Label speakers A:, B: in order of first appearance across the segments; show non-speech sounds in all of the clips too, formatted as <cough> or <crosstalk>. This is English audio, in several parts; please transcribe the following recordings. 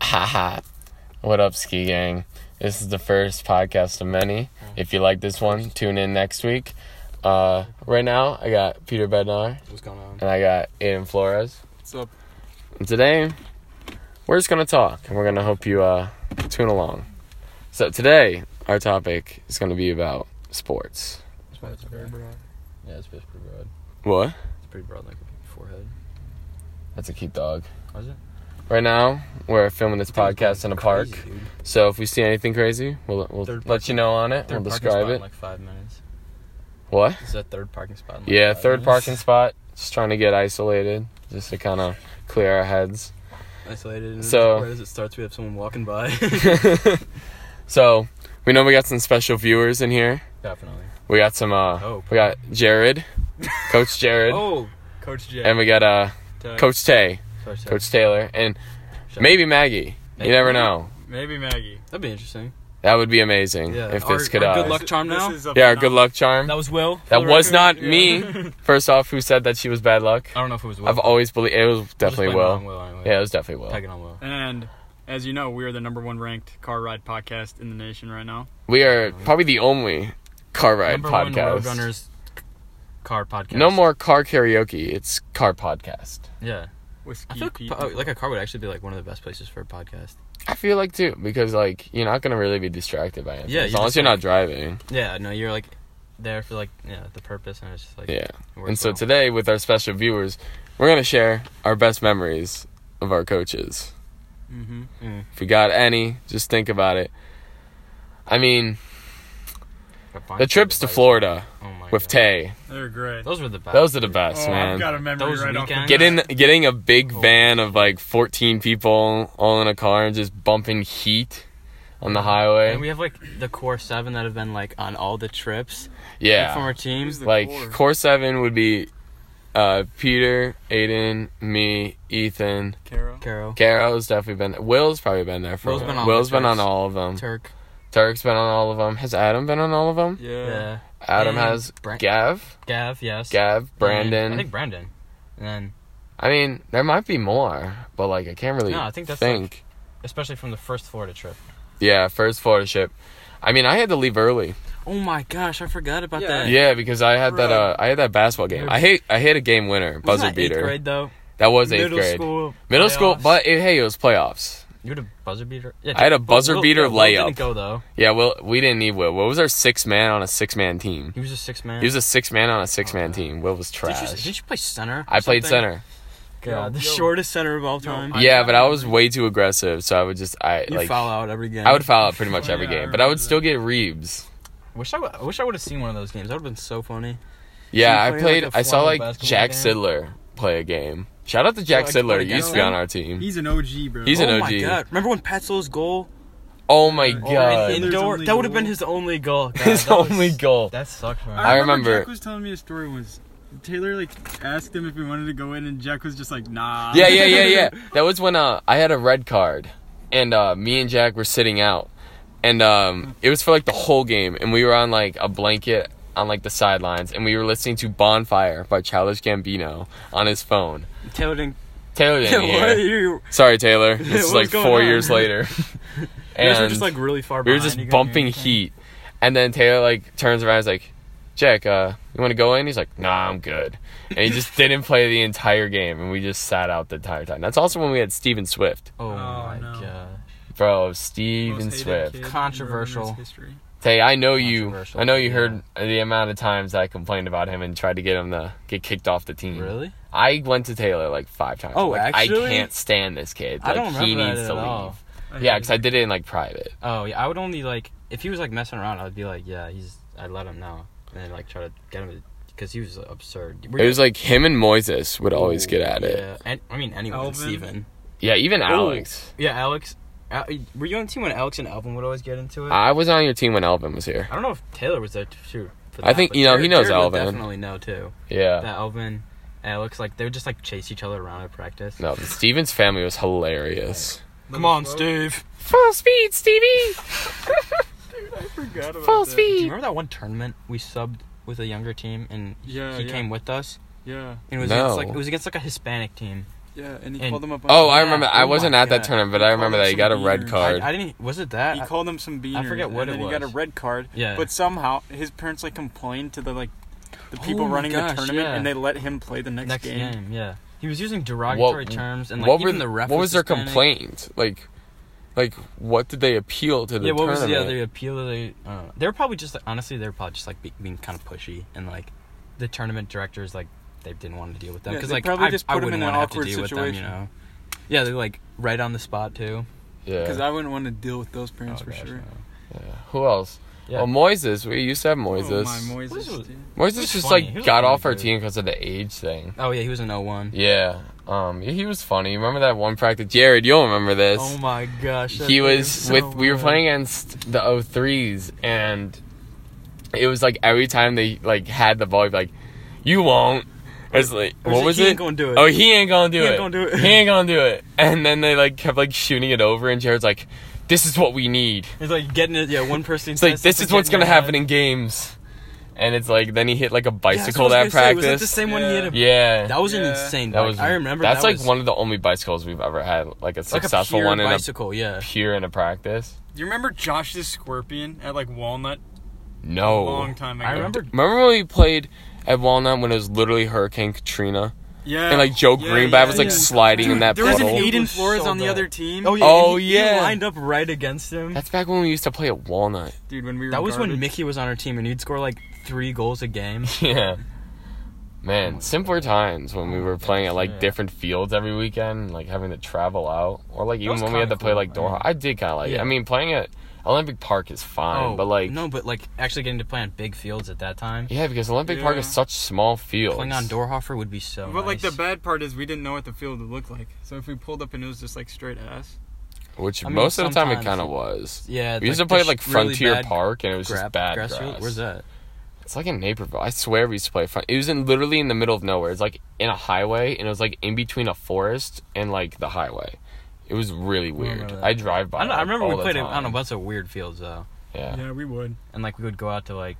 A: ha ha. What up, Ski Gang? This is the first podcast of many. If you like this one, tune in next week. Uh, right now, I got Peter Bednar
B: What's going on?
C: Uh,
A: and I got Aiden Flores.
B: What's up?
A: And today, we're just going to talk and we're going to hope you uh, tune along. So, today, our topic is going to be about sports.
B: It's very broad.
C: Yeah, it's pretty broad.
A: What?
C: It's pretty broad, like a forehead.
A: That's a cute dog.
C: Is it?
A: Right now, we're filming this podcast in a park. So, if we see anything crazy, we'll, we'll
C: Third
A: let you know on it. We'll describe it.
C: like five minutes.
A: What?
C: This is a third parking spot. In like
A: Yeah,
C: five
A: third
C: minutes.
A: parking spot. Just trying to get isolated, just to kind of clear our heads. <laughs>
C: Isolated. And
A: So-
C: right as it starts, we have someone walking by. <laughs>
A: so we know we got some special viewers in here.
C: Definitely.
A: We got some. Uh,
C: Oh.
A: we got Jared, Coach Jared,
C: Oh, Coach J.
A: and we got uh,
C: Tag.
A: Coach Tay,
C: Coach. Tag.
A: Coach Taylor, and
C: Shout out.
A: maybe Maggie.
C: Maybe
A: you never
C: Maggie.
A: know.
C: Maybe Maggie. That'd be interesting.
A: That would be amazing
C: Yeah.
A: if
C: Our-
A: this could.
C: our
A: uh,
C: good luck charm now?
A: yeah, our good luck charm.
C: That was Will. for
A: That
C: the
A: was
C: record.
A: not
C: Yeah.
A: me. First off, who said that she was bad
C: <laughs>
A: luck?
C: I don't know if it was Will.
A: I've always believed it was definitely
C: Will.
A: Will.
C: Will anyway.
A: Yeah, it was definitely Will.
C: Tagging on Will.
D: And as you know, we are the number one ranked car ride podcast in the nation right now.
A: We are probably the only car ride
C: Number one
A: podcast.
C: Roadrunners c- car podcast.
A: No more car karaoke. It's car podcast.
C: Yeah. I
D: Whiskey
C: feel
D: Pete.
C: like, po- like a car would actually be like one of the best places for a podcast.
A: I feel like too because like you're not gonna really be distracted by anything.
C: Yeah,
A: as
C: you're
A: long as
C: just
A: you're
C: like-
A: not driving.
C: Yeah, no, you're like there for like yeah the purpose, and it's just like
A: Yeah.
C: works
A: And so
C: well.
A: today with our special viewers, we're gonna share our best memories of our coaches.
D: hmm
C: Mm.
A: If you got any, just think about it. I mean,
C: But fine,
A: the trips to
C: like-
A: Florida
C: oh my
A: with
C: God.
A: Tay,
D: They're great.
C: Those were the best.
A: those are the best,
D: oh,
A: man.
D: I've got a memory
C: Those
D: right off the
C: weekends.
A: Getting getting a big
C: Oh.
A: van of like 14 people all in a car and just bumping heat on the highway.
C: And we have like the core seven that have been like on all the trips
A: yeah.
C: like, from our team.
D: Who's the
A: like
D: core?
A: core. seven would be uh Peter, Aiden, me, Ethan.
D: Caro.
C: Caro,
A: Garo's definitely been Will's probably been there for
C: Will's
A: a
C: been
A: while.
C: on
A: Will's
C: the
A: been on
C: Turks.
A: all of them.
C: Turk,
A: Turk's been on all of them. Has Adam been on all of them?
D: Yeah.
C: yeah,
A: Adam
C: And
A: has
C: Bran-
A: Gav,
C: Gav, yes,
A: Gav, Brandon.
C: I
A: I,
C: think Brandon, and then
A: mean, there might be more, but like I can't really
C: No, I think that's,
A: think.
C: especially from the first Florida trip.
A: yeah, first Florida ship. I mean, I had to leave early.
C: Oh my gosh, I forgot about
D: Yeah.
A: <laughs>
C: that.
A: Yeah, because I had that
D: Bro.
A: uh, I had that basketball game. I hate I hate a game winner,
C: Wasn't that
A: buzzer
C: eighth
A: beater.
C: grade though.
A: That was eighth
C: Middle
A: grade.
C: school,
A: Middle school,
C: playoffs.
A: but it, hey, it was playoffs.
C: you had a buzzer beater. Yeah,
A: I had a
C: but
A: buzzer
C: Will-
A: beater
C: yeah, Will
A: layup.
C: Didn't go though.
A: Yeah, well, we didn't need Will. Will was our six man on a six man team.
C: He was a six man.
A: He was a six man on a six man
C: Okay.
A: team. Will was
C: Uh, Did
A: trash.
C: you, did you play center?
A: I played
C: Something?
A: center.
C: God, the
D: Yo, yo.
C: shortest center of all time.
D: I-
A: yeah, but I was way too aggressive, so I would just I
C: you
A: like
C: foul out every game.
A: I would foul out pretty much
D: Oh,
A: every
D: yeah, I
A: game, but I would
D: remember
A: still get Reeves.
C: Wish I, w- I wish I would have seen one of those games. That would have been so funny.
A: Yeah,
C: play,
A: I played.
C: like, a
A: I saw
C: flying
A: like
C: basketball
A: Jack
C: game?
A: Sidler play a game. Shout out to Jack
C: like,
A: Sidler.
C: put
A: He used to
C: against
A: be on
C: him?
A: our team.
D: He's an OG, bro.
A: He's an
C: oh my
A: OG.
C: god! Remember when Petzl's goal?
A: Oh my
D: Oh,
C: Yeah.
A: god,
D: There's
C: Indoor.
D: only
C: That would have
D: goal.
C: been his only goal.
A: <laughs>
C: God,
A: his
C: that was-
A: only goal.
C: That sucked, man.
A: I remember-
D: Jack was telling me a story once. Taylor like asked him if he wanted to go in, and Jack was just like, "Nah."
A: Yeah, yeah, yeah,
C: <laughs>
D: <laughs>
A: yeah. That was when uh, I had a red card, and uh, me and Jack were sitting out, and um, it was for like the whole game, and we were on like a blanket on like the sidelines, and we were listening to Bonfire by Childish Gambino on his phone.
C: Taylor didn't.
A: Taylor
C: <laughs>
A: didn't
C: What?
A: hear.
C: You,
A: Sorry, Taylor.
C: <laughs>
A: This is
C: What's
A: like
C: going
A: four
C: on?
A: years
C: <laughs>
A: later,
C: you guys were
A: and
C: just like really far.
A: we were
C: behind. You
A: just
C: couldn't
A: bumping
C: hear anything.
A: heat, and then Taylor like turns around, and is like. Jack, uh, you want to go in? He's like, Nah, I'm good. And he
C: <laughs>
A: just didn't play the entire game, and we just sat out the entire time. That's also when we had Steven Swift.
C: Oh,
D: Oh,
C: my
D: no.
C: gosh.
A: Bro,
D: Most
A: Steven
D: hated
A: Swift.
D: kid in
C: Controversial.
D: Roadrunners history.
A: Tay, I know you.
C: Controversial,
A: I know you
C: yeah.
A: heard the amount of times I complained about him and tried to get him to get kicked off the team.
C: Really?
A: I went to Taylor like five times.
C: Oh,
A: like, I
C: actually?
A: can't stand this kid.
C: I
A: Like,
C: don't remember
A: he
C: that
A: needs
C: at
A: to
C: all.
A: leave. Yeah, because I
D: hated
A: did it in like private.
C: Oh yeah, I would only like if he was like messing around. I'd be like, yeah, he's. I'd let him know and then, like try to get him because he was like, absurd. Were
A: It
C: you-
A: was like him and Moises would always get at it.
C: Yeah, and I mean anyone.
D: Alvin?
C: Steven.
A: Yeah, even
C: Oh.
A: Alex.
C: Yeah, Alex. Al- were you on the team when Alex and Alvin would always get into it?
A: I was on your team when Elvin was here.
C: I don't know if Taylor was there t- too. For
A: I think,
C: but
A: you know, he knows
C: Jared would
A: Alvin.
C: Definitely know too.
A: Yeah.
C: That Alvin, Alex, like they would just like chase each other around at practice.
A: No, but Steven's family was hilarious.
C: Come on, Steve.
A: Full speed, Stevie!
D: Forgot about
A: Full
D: that.
C: Do you
A: speed!
C: remember that one tournament we subbed with a younger team and
D: Yeah,
C: he
D: yeah,
C: came with us?
D: yeah,
C: And it was
A: No.
C: against, like it was against like a Hispanic team.
B: Yeah, and he
C: And-
B: called them up. on-
A: Oh, I
C: Yeah,
A: remember. I
B: oh my
A: wasn't at that
B: God.
A: tournament, but I remember that he got a red card.
C: I, I didn't. Was it that?
B: He
C: I-
B: called them some beaners.
C: forget what
B: and
C: it
B: then He got a
C: was.
B: red card.
C: Yeah.
B: But somehow his parents like complained to the like the people
C: Oh my
B: running the
C: gosh,
B: tournament,
C: yeah.
B: and they let him play the next,
C: next game.
B: game.
C: Yeah. He was using derogatory terms <laughs> and like
A: what
C: even
A: were
C: the ref.
A: what was their
C: Hispanic.
A: complaint? Like, like what did they appeal to the
C: Yeah, what was
A: tournament?
C: the other appeal? That they uh, they were probably just like, honestly they were probably just like be- being kind of pushy and like the tournament directors like they didn't want to deal with them
B: Yeah,
C: because
B: they
C: like
B: probably
C: I,
B: just
C: I
B: put 'em
C: wouldn't
B: in an
C: want to have
B: awkward
C: to deal with them,
B: situation.
C: you know. Yeah, they're like right on the spot too.
A: Yeah.
B: Because I wouldn't want to deal with those parents
C: Oh,
B: for
C: gosh,
B: sure.
C: no.
A: yeah. Who else?
C: Yeah.
A: Well, Moises. We used to have
D: Oh,
A: Moises.
D: my
C: What is
D: Moises.
C: it?
D: dude.
A: Moises
C: He was
A: just
C: funny. He
A: like
C: was a
A: got
C: funny
A: off our
C: dude.
A: team because of the age thing.
C: Oh yeah, he was an 01.
A: Yeah. Um. He was funny. Remember that one practice, Jared? You'll remember this.
C: Oh my gosh. that
A: he
C: thing
A: was
C: is so
A: with we were
C: good.
A: playing against the O3s and it was like every time they like had the ball he'd be like you won't it's like
C: Or is
A: what was
C: he
A: it?
C: ain't gonna do it.
A: Oh, he ain't gonna do
C: He
A: it.
C: ain't gonna do it.
A: He ain't gonna do it. And then they like kept like shooting it over, and Jared's like, "This is what we need."
C: It's like getting it. Yeah, one person.
A: It's like this is what's gonna happen in games. And it's like then he hit like a bicycle that
C: Was that
A: practice.
C: the same one he
B: Yeah.
C: hit? A,
A: yeah,
C: That was an
B: Yeah.
C: insane.
A: That
C: That was. I remember.
A: That's
C: that
A: like
C: was
A: one of the only bicycles we've ever had, like a
C: like a
A: successful
C: pure
A: one in a
C: bicycle. Yeah.
A: pure in a practice.
D: Do you remember Josh the Scorpion at like Walnut
A: No,
D: a long time ago?
C: I remember.
A: Remember when we played at Walnut when it was literally Hurricane Katrina
D: Yeah.
A: and like Joe
D: Yeah,
A: Greenblatt
D: yeah,
A: was like
D: yeah.
A: sliding in that
B: There was an
A: puddle?
C: It
B: Aiden
C: was
B: Flores
C: so
B: on the
C: bad.
B: other team.
C: Oh yeah.
A: Oh,
C: he- he
A: yeah.
C: lined up right against him.
A: That's back when we used to play at Walnut.
B: dude, when we were
C: that was when
B: garbage.
C: Mickey was on our team and he'd score like three goals a game.
A: yeah, man, simpler times when we were playing at like
C: Yeah.
A: different fields every weekend, like having to travel out, or like even
C: was
A: when we had to
C: kinda
A: play
C: cool,
A: like
C: I mean.
A: Doha. I did kind of like. it.
C: Yeah. Oh,
A: I mean, playing at Olympic Park is fine, but like
C: no, but like actually getting to play on big fields at that time.
A: yeah, because Olympic Park is
D: Yeah.
A: such small fields.
C: Playing on Dorhofer would be so.
D: But like the
C: nice.
D: bad part is we didn't know what the field would look like. So if we pulled up and it was just like straight ass.
A: which
C: I mean,
A: most of the time it
C: sometimes-
A: kind of was.
C: Yeah.
A: We used to
C: like,
A: play
C: the
A: at, like
C: sh- really
A: Frontier
C: bad
A: Park, and it was
C: Grap-
A: just bad grass.
C: grass field? Where's that?
A: It's like in Naperville. I swear we used to play front. It was in literally in the middle of nowhere. It's like in a highway, and it was like in between a forest and like the highway. It was really weird.
C: remember that.
A: I drive by.
C: I, don't, I
A: like,
C: remember
A: all
C: we
A: the
C: played it.
A: time.
C: I don't know. Lots of weird fields though,
A: Yeah.
D: we would.
C: and like we would go out to like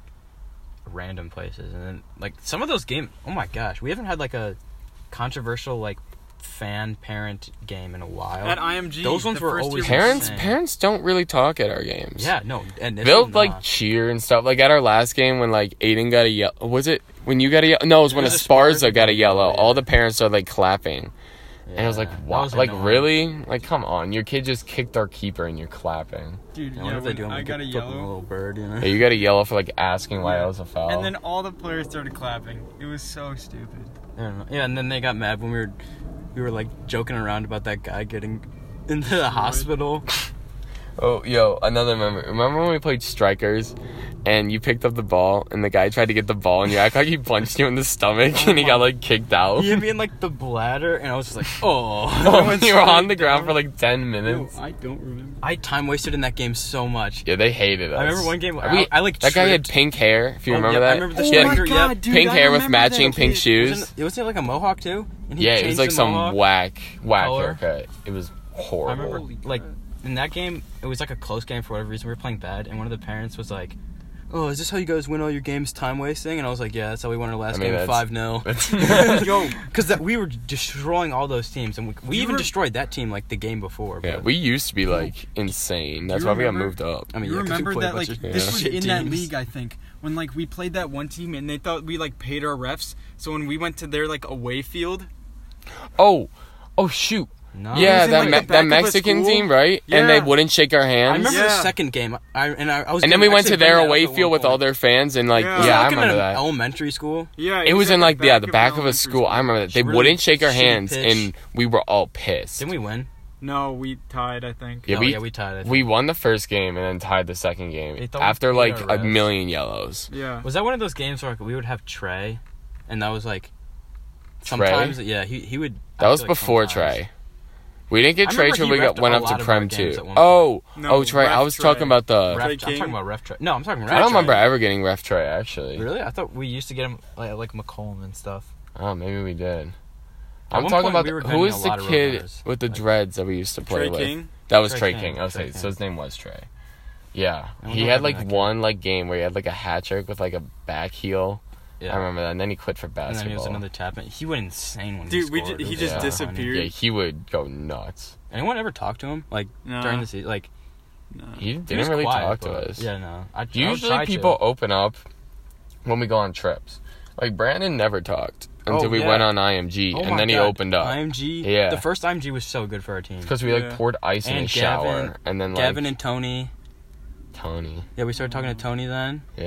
C: random places, and then like some of those games. Oh my gosh, we haven't had like a controversial like fan parent game in a while.
D: At IMG.
C: Those ones
D: the
C: were
D: first
C: always-
D: year-
A: Parents,
C: Insane.
A: parents don't really talk at our games.
C: yeah, no, and this uh,
A: They'll
C: one's
A: like
C: not.
A: cheer and stuff. Like at our last game, when like Aiden got a yellow, was it when you got a yellow? No, it was when
C: was a
A: Esparza
C: Sparza
A: got a yellow.
C: yellow,
A: All
C: yeah.
A: the parents are like clapping, and I was like,
C: Yeah, that
A: "Wow,
C: was
A: like
C: annoying.
A: really? Like come on, your kid just kicked our keeper, and you're clapping."
D: Dude,
C: Yeah,
D: yeah,
C: what if they
D: when
C: do?
D: I got a yellow.
C: little bird, you know.
A: Hey, you got a yellow for like asking why that was a foul.
D: And then all the players started clapping. It was so stupid.
C: I don't know. Yeah, and then they got mad when we were we were like joking around about that guy getting into
A: <laughs>
C: the hospital.
A: Oh, yo, another memory. Remember when we played strikers and you picked up the ball and the guy tried to get the ball and you act like he punched you in the stomach and he got like kicked out? <laughs>
C: he hit me in like the bladder, and I was just like, oh. <laughs>
A: Oh, you were on the ground for like 10 minutes.
D: I don't remember.
C: I time wasted in that game so much.
A: Yeah, they hated us.
C: I remember one game where
A: We-
C: I, I like
A: That guy had
C: tripped.
A: pink hair, if you
C: Oh,
A: remember
C: yeah, I
A: that.
C: remember the
A: He had
C: striker, yep.
D: dude,
A: pink
D: I
A: hair with
D: remember that.
A: matching pink
D: Okay.
A: shoes.
C: Wasn't, it wasn't like a mohawk too, and
A: yeah, it was
C: changed
A: like
C: the
A: some
C: mohawk?
A: whack, whack
C: Color.
A: haircut. It was
C: I
A: horrible.
C: remember
B: Holy
C: like
B: crap.
C: in that game, it was like a close game for whatever reason. We were playing bad, and one of the parents was like, "Oh, is this how you guys win all your games? Time wasting?" And I was like, "Yeah, that's how we won our last
A: I mean,
C: game,
A: that's- <laughs>
C: five 0 <laughs>
D: Yo,
C: Because that we were destroying all those teams, and we, we
D: You
C: even
D: were-
C: destroyed that team like the game before.
A: yeah,
C: but-
A: we used to be like insane. That's why we got
D: remember-
A: moved up.
C: I mean,
D: you
C: yeah, 'cause we
D: remember
C: played a
D: that
C: bunch
D: like
C: of
D: this was
C: shit
D: in that
C: teams.
D: league, I think, when like we played that one team and they thought we like paid our refs. So when we went to their like away field,
A: Oh, oh, shoot.
C: No.
A: yeah,
D: was in,
A: that
D: like,
A: Me-
D: the back
A: that
D: of a
A: Mexican
D: school.
A: team, right? And they
D: Yeah.
A: wouldn't shake our hands.
C: I remember
D: Yeah.
C: the second game. I and I, I was.
A: and then we
C: gonna
A: went to
C: actually bring
A: their
C: that up
A: away
C: at one
A: field with
C: point.
A: all their fans, and like,
D: Yeah.
A: yeah,
C: It was
A: I
C: like in
A: remember
C: an
A: that.
C: Elementary school.
D: yeah,
A: it was in like yeah, the back of a
D: elementary
A: school. I remember that they
C: Really
A: wouldn't shake our
C: shitty
A: hands,
C: pitch.
A: and we were all pissed.
C: Didn't we win?
D: No, we tied. I think.
A: Yeah,
C: No,
A: we-
C: yeah, we tied. I think.
A: We won the first game and then tied the second game
C: They thought we
A: after
C: beat
A: like
C: our
A: a
C: refs.
A: million yellows.
D: Yeah.
C: Was that one of those games where like, we would have Trey, and that was like sometimes yeah he he would. I
A: That was
C: feel like
A: before
C: sometimes.
A: Trey. We didn't get
C: I
A: Trey
C: remember
A: till
C: he
A: we got
C: repped
A: went
C: a
A: up
C: lot
A: to
C: of
A: prem
C: our games
A: two.
C: at one point.
A: Oh,
D: No,
A: oh Trey, I
D: ref
A: was talking
D: Trey.
A: about the.
C: Ref,
D: Trey
C: I'm
D: King?
C: talking about ref Trey. No, I'm talking ref.
A: I don't remember
C: Trey.
A: ever getting ref Trey actually.
C: Really, I thought we used to get him like, like McCollum and stuff.
A: Oh, maybe we did.
C: At
A: I'm
C: one
A: talking about
C: point, we were
A: the, who
C: getting a
A: was the
C: lot of
A: kid
C: revivers.
A: with the
C: Like-
A: dreads that we used to play
D: Trey
A: with.
D: King.
A: That was Trey,
C: Trey
A: King.
C: King,
A: I was
C: Trey
A: saying, so
C: King.
A: his name was Trey. Yeah,
C: I don't
A: he
C: know
A: had
C: what
A: like
C: happened to that
A: one like game where he had like a hat trick with like a back heel,
C: Yeah.
A: I remember that. And then he quit for
C: And
A: basketball.
C: then he was another tap in. He went insane when he
B: Dude, we ju-
C: scored. It
B: he
C: was
B: just
C: so funny.
B: disappeared.
A: yeah, he would go nuts.
C: Anyone ever talk to him? Like
B: No.
C: during the season? Like he
A: He didn't
C: was
A: really
C: quiet,
A: talk to
C: but-
A: us.
C: Yeah, no. I, I would
A: Usually
C: try to.
A: people open up when we go on trips. Like Brandon never talked until
C: Oh,
A: we
C: yeah.
A: went on IMG,
C: Oh
A: and
C: my
A: then he
C: God,
A: opened up.
C: IMG.
A: Yeah.
C: The first IMG was so good for our team.
A: because we like
B: Yeah.
A: poured ice in
C: And
A: his
C: Gavin-
A: shower, and then like
C: Gavin and Tony.
A: Tony.
C: Yeah, we started talking to Tony then.
A: Yeah,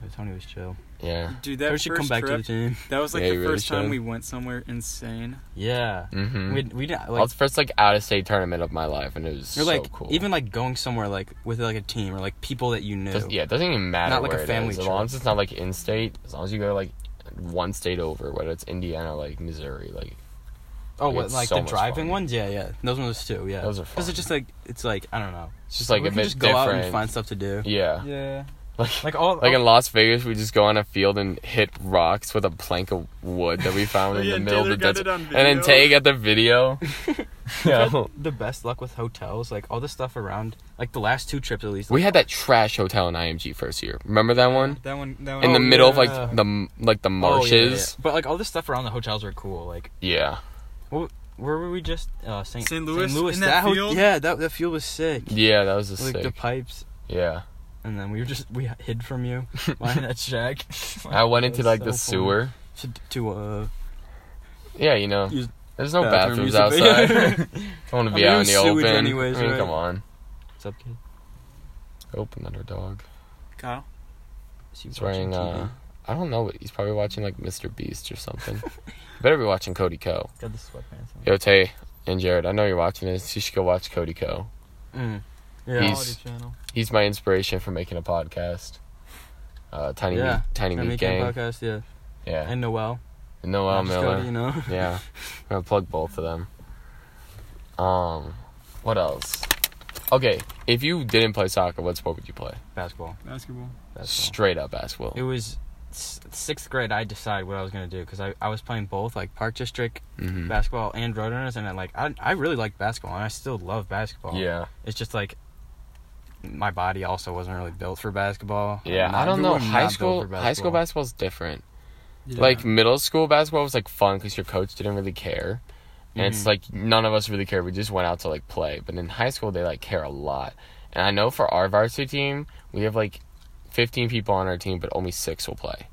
C: Yeah, Tony was chill.
A: yeah.
B: Dude,
C: Tony
B: that
C: should
B: first
C: come back
B: trip,
C: to the team. <laughs>
B: that was like
A: Yeah,
B: the
A: he really
B: first time
A: should.
B: we went somewhere insane.
C: Yeah.
A: Mm-hmm.
C: We we didn't
A: that
C: like.
A: was the first like out of state tournament of my life, and it was
C: You're
A: so
C: like
A: cool.
C: even like going somewhere like with like a team or like people that you knew.
A: Does- yeah, it doesn't even matter.
C: Not like a
A: where it
C: family
A: is. As long
C: trip.
A: as it's not like in state, as long as you go like one state over, whether it's Indiana, like Missouri, like
C: Oh,
A: Like,
C: what,
A: it's
C: like
A: so
C: the
A: much
C: driving
A: fun.
C: ones? Yeah, yeah. Those ones too. Yeah.
A: Those are
C: Because
A: fun.
C: it's just like it's like I don't know.
A: it's just like
C: we
A: a
C: can
A: bit
C: just go
A: different.
C: out and find stuff to do.
A: yeah.
B: Yeah.
A: <laughs> like
C: Like oh.
A: <laughs>
C: all
A: like
C: all-
A: in Las Vegas, we just go on a field and hit rocks with a plank of wood that we found
C: <laughs>
D: Oh,
A: in
D: yeah,
A: the middle
D: Taylor
A: of the
D: got
A: desert,
D: it on
A: and then
D: video.
A: Tay got the video.
C: I've
A: yeah.
C: had
A: <laughs>
C: the best luck with hotels, like all the stuff around, like the last two trips at least. Oh,
A: We had that trash hotel in IMG first year. Remember that one?
B: That one. That one.
A: In the
C: Oh,
A: middle of
C: yeah.
A: like the like the
C: Oh, yeah, yeah, yeah.
A: marshes.
C: But like all the stuff around the hotels were cool. Like
A: Yeah.
C: where were we just? Uh, St.
D: St. Louis?
C: St. Louis.
D: In
C: that
D: that
C: ho-
D: field?
C: yeah, that that field was sick.
A: yeah. that was a
C: Like
A: sick.
C: the pipes,
A: yeah.
C: and then we were just we hid
A: <laughs>
C: from you behind that shack.
A: I went into
C: That was
A: like
C: so
A: the
C: funny.
A: sewer.
C: to, to uh
A: Yeah, you know.
C: Use
A: There's no
C: bathroom
A: bathrooms
C: use a ba- <laughs>
A: outside. <laughs> I want to be out in
C: I mean, it was
A: the
C: sewage
A: open.
C: anyways,
A: I mean,
C: right?
A: come on.
C: What's up, kid?
A: Open under dog.
B: Kyle.
C: Is he
A: He's
C: watching
A: wearing. Uh,
C: TV?
A: I don't know. He's probably watching like Mr. Beast or
C: <laughs>
A: something. Better be watching Cody Co.
C: Got the sweatpants on.
A: Yo, Tay and Jared, I know you're watching this. You should go watch Cody Co.
C: Mm. Yeah.
A: He's- He's my inspiration for making a podcast. Uh, Tiny
C: Yeah.
A: Meat, Tiny
C: I'm
A: Meat
C: making
A: Gang.
C: a podcast, yeah.
A: Yeah.
C: And Noel.
A: And Noel
C: Just
A: Miller.
C: Cody, you know.
A: Yeah. I'm gonna plug both of them. Um, what else? Okay, if you didn't play soccer, what sport would you play?
C: <laughs> Basketball.
D: Basketball.
C: Basketball.
A: Straight up basketball.
C: It was s- sixth grade. I decided what I was gonna do because I, I was playing both like park district
A: Mhm.
C: basketball and roadrunners, and I like I I really liked basketball and I still love basketball.
A: Yeah.
C: it's just like my body also wasn't really built for basketball.
A: Yeah.
C: I'm
A: I
C: not-
A: don't
C: we
A: know.
C: were not
A: High
C: built
A: school,
C: for
A: high school basketball's different.
D: Yeah.
A: Like middle school basketball was like fun because your coach didn't really care, and it's
C: Mhm.
A: like none of us really cared. We just went out to like play. But in high school, they like care a lot. And I know for our varsity team, we have like 15 people on our team, but only six will play.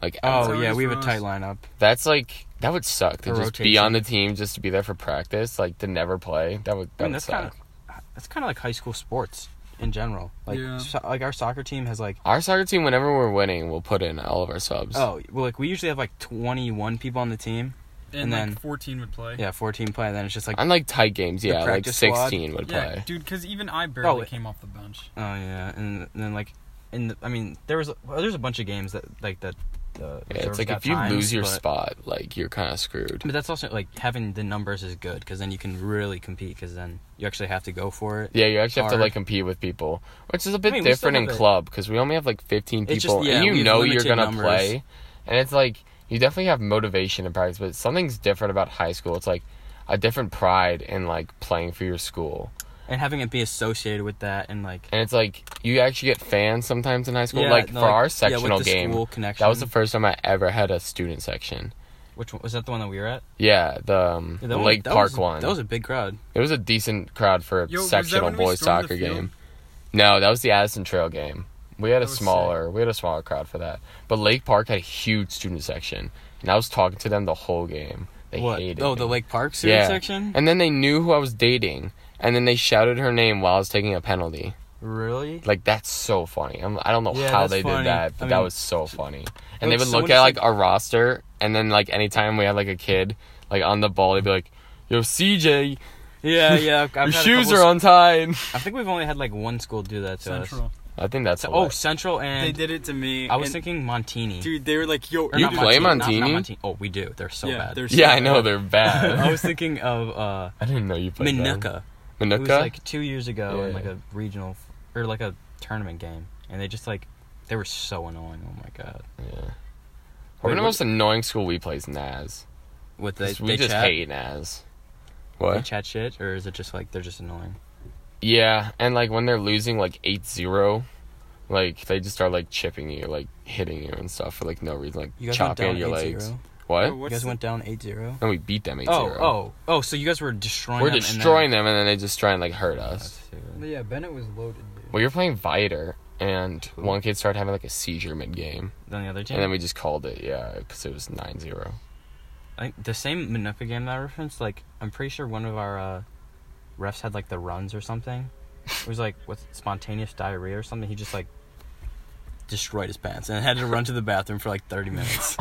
A: Like
C: Oh
D: That's
C: yeah,
D: always
C: we have
D: for
C: a
D: us.
C: tight lineup.
A: That's like that would suck to
C: The
A: just be
C: rotation.
A: on the team just to be there for practice, like to never play. That would
C: I
A: that
C: mean,
A: would
C: that's
A: suck.
C: kind of that's kind of like high school sports in general. Like
D: Yeah.
C: so, like our soccer team has like
A: Our soccer team, whenever we're winning, we'll put in all of our subs.
C: oh well, like we usually have like 21 people on the team.
D: and,
C: and then-
D: like 14 would play.
C: Yeah, 14 play, and then it's just like
A: on like tight games, yeah, like
C: practice squad.
A: sixteen would
D: Yeah,
A: play.
D: dude, because even I barely
C: it-
D: came off the bench.
C: Oh yeah, and then like, and the, I mean, there was well, there's a bunch of games that like that. Uh,
A: Yeah,
C: reserves
A: it's like
C: got
A: if you
C: times,
A: lose your
C: but-
A: spot, like you're kind of screwed.
C: But that's also like having the numbers is good because then you can really compete because then you actually have to go for it.
A: Yeah, you actually have to
C: Hard.
A: like compete with people, which is a bit
C: I mean, we still
A: different in
C: have a-
A: club because we only have like fifteen people,
C: It's just- yeah,
A: and
C: we
A: you
C: have
A: know you're
C: limited
A: gonna
C: numbers.
A: play, and it's like you definitely have motivation in practice, but something's different about high school. It's like a different pride in like playing for your school.
C: And having it be associated with that and like
A: and it's like you actually get fans sometimes in high school.
C: yeah,
A: like
C: no,
A: for our
C: yeah, with
A: sectional
C: the
A: game,
C: school connection.
A: that was the first time I ever had a student section.
C: which one, was that the one that we were at?
A: Yeah, the, um,
C: Yeah, that
A: the
C: one-
A: Lake
C: that
A: Park
C: was-
A: one.
C: That was a big crowd.
A: it was a decent crowd for a
D: Yo, was that
A: sectional
D: when we
A: boys
D: stormed the
A: soccer
D: field?
A: game. No, that was the Addison Trail game. We had a
D: That was
A: smaller, we had a smaller crowd for that. But Lake Park had a huge student section, and I was talking to them the whole game. They
C: what?
A: hated.
C: Oh, the
A: me.
C: Lake Park student
A: yeah.
C: section.
A: And then they knew who I was dating, and then they shouted her name while I was taking a penalty.
C: really?
A: Like that's so funny. I'm, I don't know
C: Yeah,
A: how
C: that's
A: they
C: funny.
A: did that, but
C: I
A: that
C: mean,
A: was so funny.
C: like,
A: And they would
C: someone
A: look at
C: just,
A: like
C: like-
A: our roster, and then like anytime we had like a kid like on the ball, they'd be like, "Yo, CJ,
C: Yeah,
A: <laughs>
C: yeah. I've had
A: your
C: a
A: shoes are
C: couple s-
A: untied."
C: I think we've only had like one school do that to us.
D: Central.
A: I think that's
C: So-
A: all
C: oh,
A: right.
C: Central and
B: They did it to me.
C: I was
B: and-
C: thinking Montini.
B: dude, they were like, "Yo,
C: Or
A: You
C: not
B: dude,
A: play
C: Montini, not-
A: Montini?
C: not Montini. Oh, we do. They're so
B: yeah,
C: bad.
B: they're so
A: yeah, I
B: bad.
A: know they're bad. <laughs>
C: <laughs> I was thinking of uh,
A: I didn't know you played
C: Minooka.
A: That.
C: It was
A: Minooka.
C: like two years ago in
A: Yeah.
C: like a regional or like a tournament game, and they just like they were so annoying. Oh my god,
A: yeah.
C: Wait,
A: Probably the
C: what-
A: most annoying school we play is Naz.
C: what they
A: 'Cause we
C: they
A: just
C: chat,
A: hate Naz.
C: they
A: What?
C: chat shit, or is it just like they're just annoying?
A: Yeah, and like when they're losing like 8-0, Like they just start like chipping you, like hitting you and stuff for like no reason, like
C: You guys went
A: chopping
C: down
A: at your
C: 8-0.
A: legs.
C: You
A: What?
B: What's
C: guys
B: the-
C: went down 8-0.
A: And we beat them 8-0.
C: Oh, oh, oh! So you guys were destroying.
A: We're
C: them Oh, and then-
A: destroying them and then they just try and like hurt us.
E: But yeah, Bennett was loaded, dude.
A: We were playing Viter and one kid started having like a seizure mid game.
C: Then the other team.
A: And then we just called it, yeah, because it was 9 0.
C: I think the same Manuka game that I referenced, like, I'm pretty sure one of our uh, refs had, like, the runs or something. It was, like, with spontaneous diarrhea or something. He just, like, destroyed his pants and had to run to the bathroom for, like,
A: <laughs>
C: 30 minutes.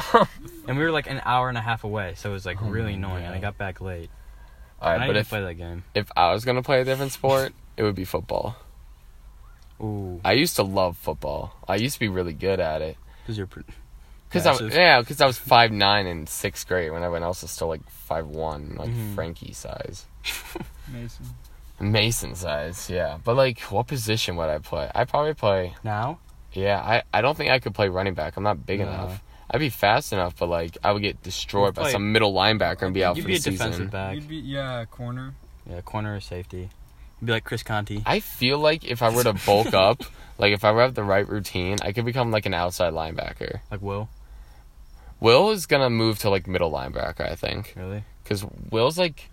C: and we were, like, an hour and a half away, so it was, like,
A: Oh
C: really
A: my
C: annoying. And I
A: God.
C: got back late.
A: All
C: and I
A: right, but
C: didn't
A: if,
C: play that game.
A: if I was going to play a different sport, it would be football.
C: Ooh.
A: I used to love football. I used to be really good at it.
C: Because you're pretty.
A: Cause I,
C: Massive.
A: yeah, because I was five nine in sixth grade when everyone else was still like five one, like
C: Mhm.
A: Frankie size,
D: Mason.
A: Mason size, yeah. But like, what position would I play? I probably play,
C: Now?
A: yeah. I, I don't think I could play running back. I'm not big
C: No.
A: enough. I'd be fast enough, but like I would get destroyed
C: You'd
A: by
C: play-
A: some middle linebacker and be out
C: You'd
A: for
C: be
A: the
C: a defensive
A: season.
C: back.
D: You'd be yeah, corner.
C: Yeah, corner or safety. You'd be like Chris Conti.
A: I feel like if I were to
C: <laughs>
A: bulk up, like if I were to have the right routine, I could become like an outside linebacker.
C: Like, Will.
A: Will is gonna move to like middle linebacker, I think,
C: Really?
A: because Will's like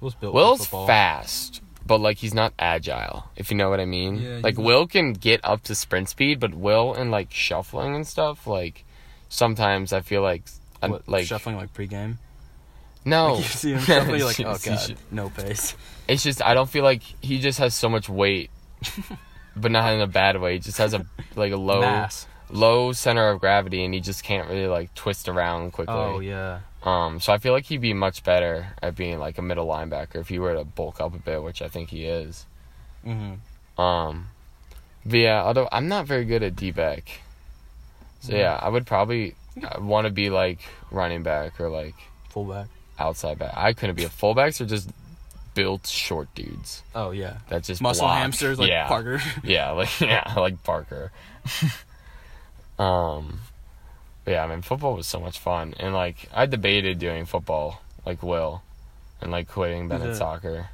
C: Will's built for
A: Will's
C: football.
A: fast, but like he's not agile, if you know what I mean.
D: Yeah,
A: like
D: he's-
A: Will can get up to sprint speed, but Will and like shuffling and stuff, like sometimes I feel like uh,
C: What,
A: like
C: shuffling like pregame.
A: <laughs> no,
C: Like, you Oh. see him <laughs> shuffling, you're
A: <laughs>
C: like,
A: She-
C: oh
A: she
C: god,
A: should-
C: no <laughs> pace.
A: it's just I don't feel like he just has so much
C: <laughs>
A: weight, but not in a bad way. He just has a like a low
C: Mass.
A: low center of gravity, and he just can't really like twist around quickly.
C: Oh yeah.
A: Um, so I feel like he'd be much better at being like a middle linebacker if he were to bulk up a bit, which I think he is.
C: Mm-hmm.
A: Um, but yeah, although I'm not very good at D back, so yeah, I would probably want to be like running back or like
C: Fullback.
A: outside back. I couldn't be a fullbacks or just built short dudes
C: Oh yeah.
A: that just
C: Muscle
A: block.
C: hamsters like
A: yeah,
C: <laughs> Parker.
A: Yeah, like <laughs> yeah, like Parker. um, but yeah, I mean football was so much fun, and like I debated doing football like Will, and like quitting Bennett
C: that?
A: soccer.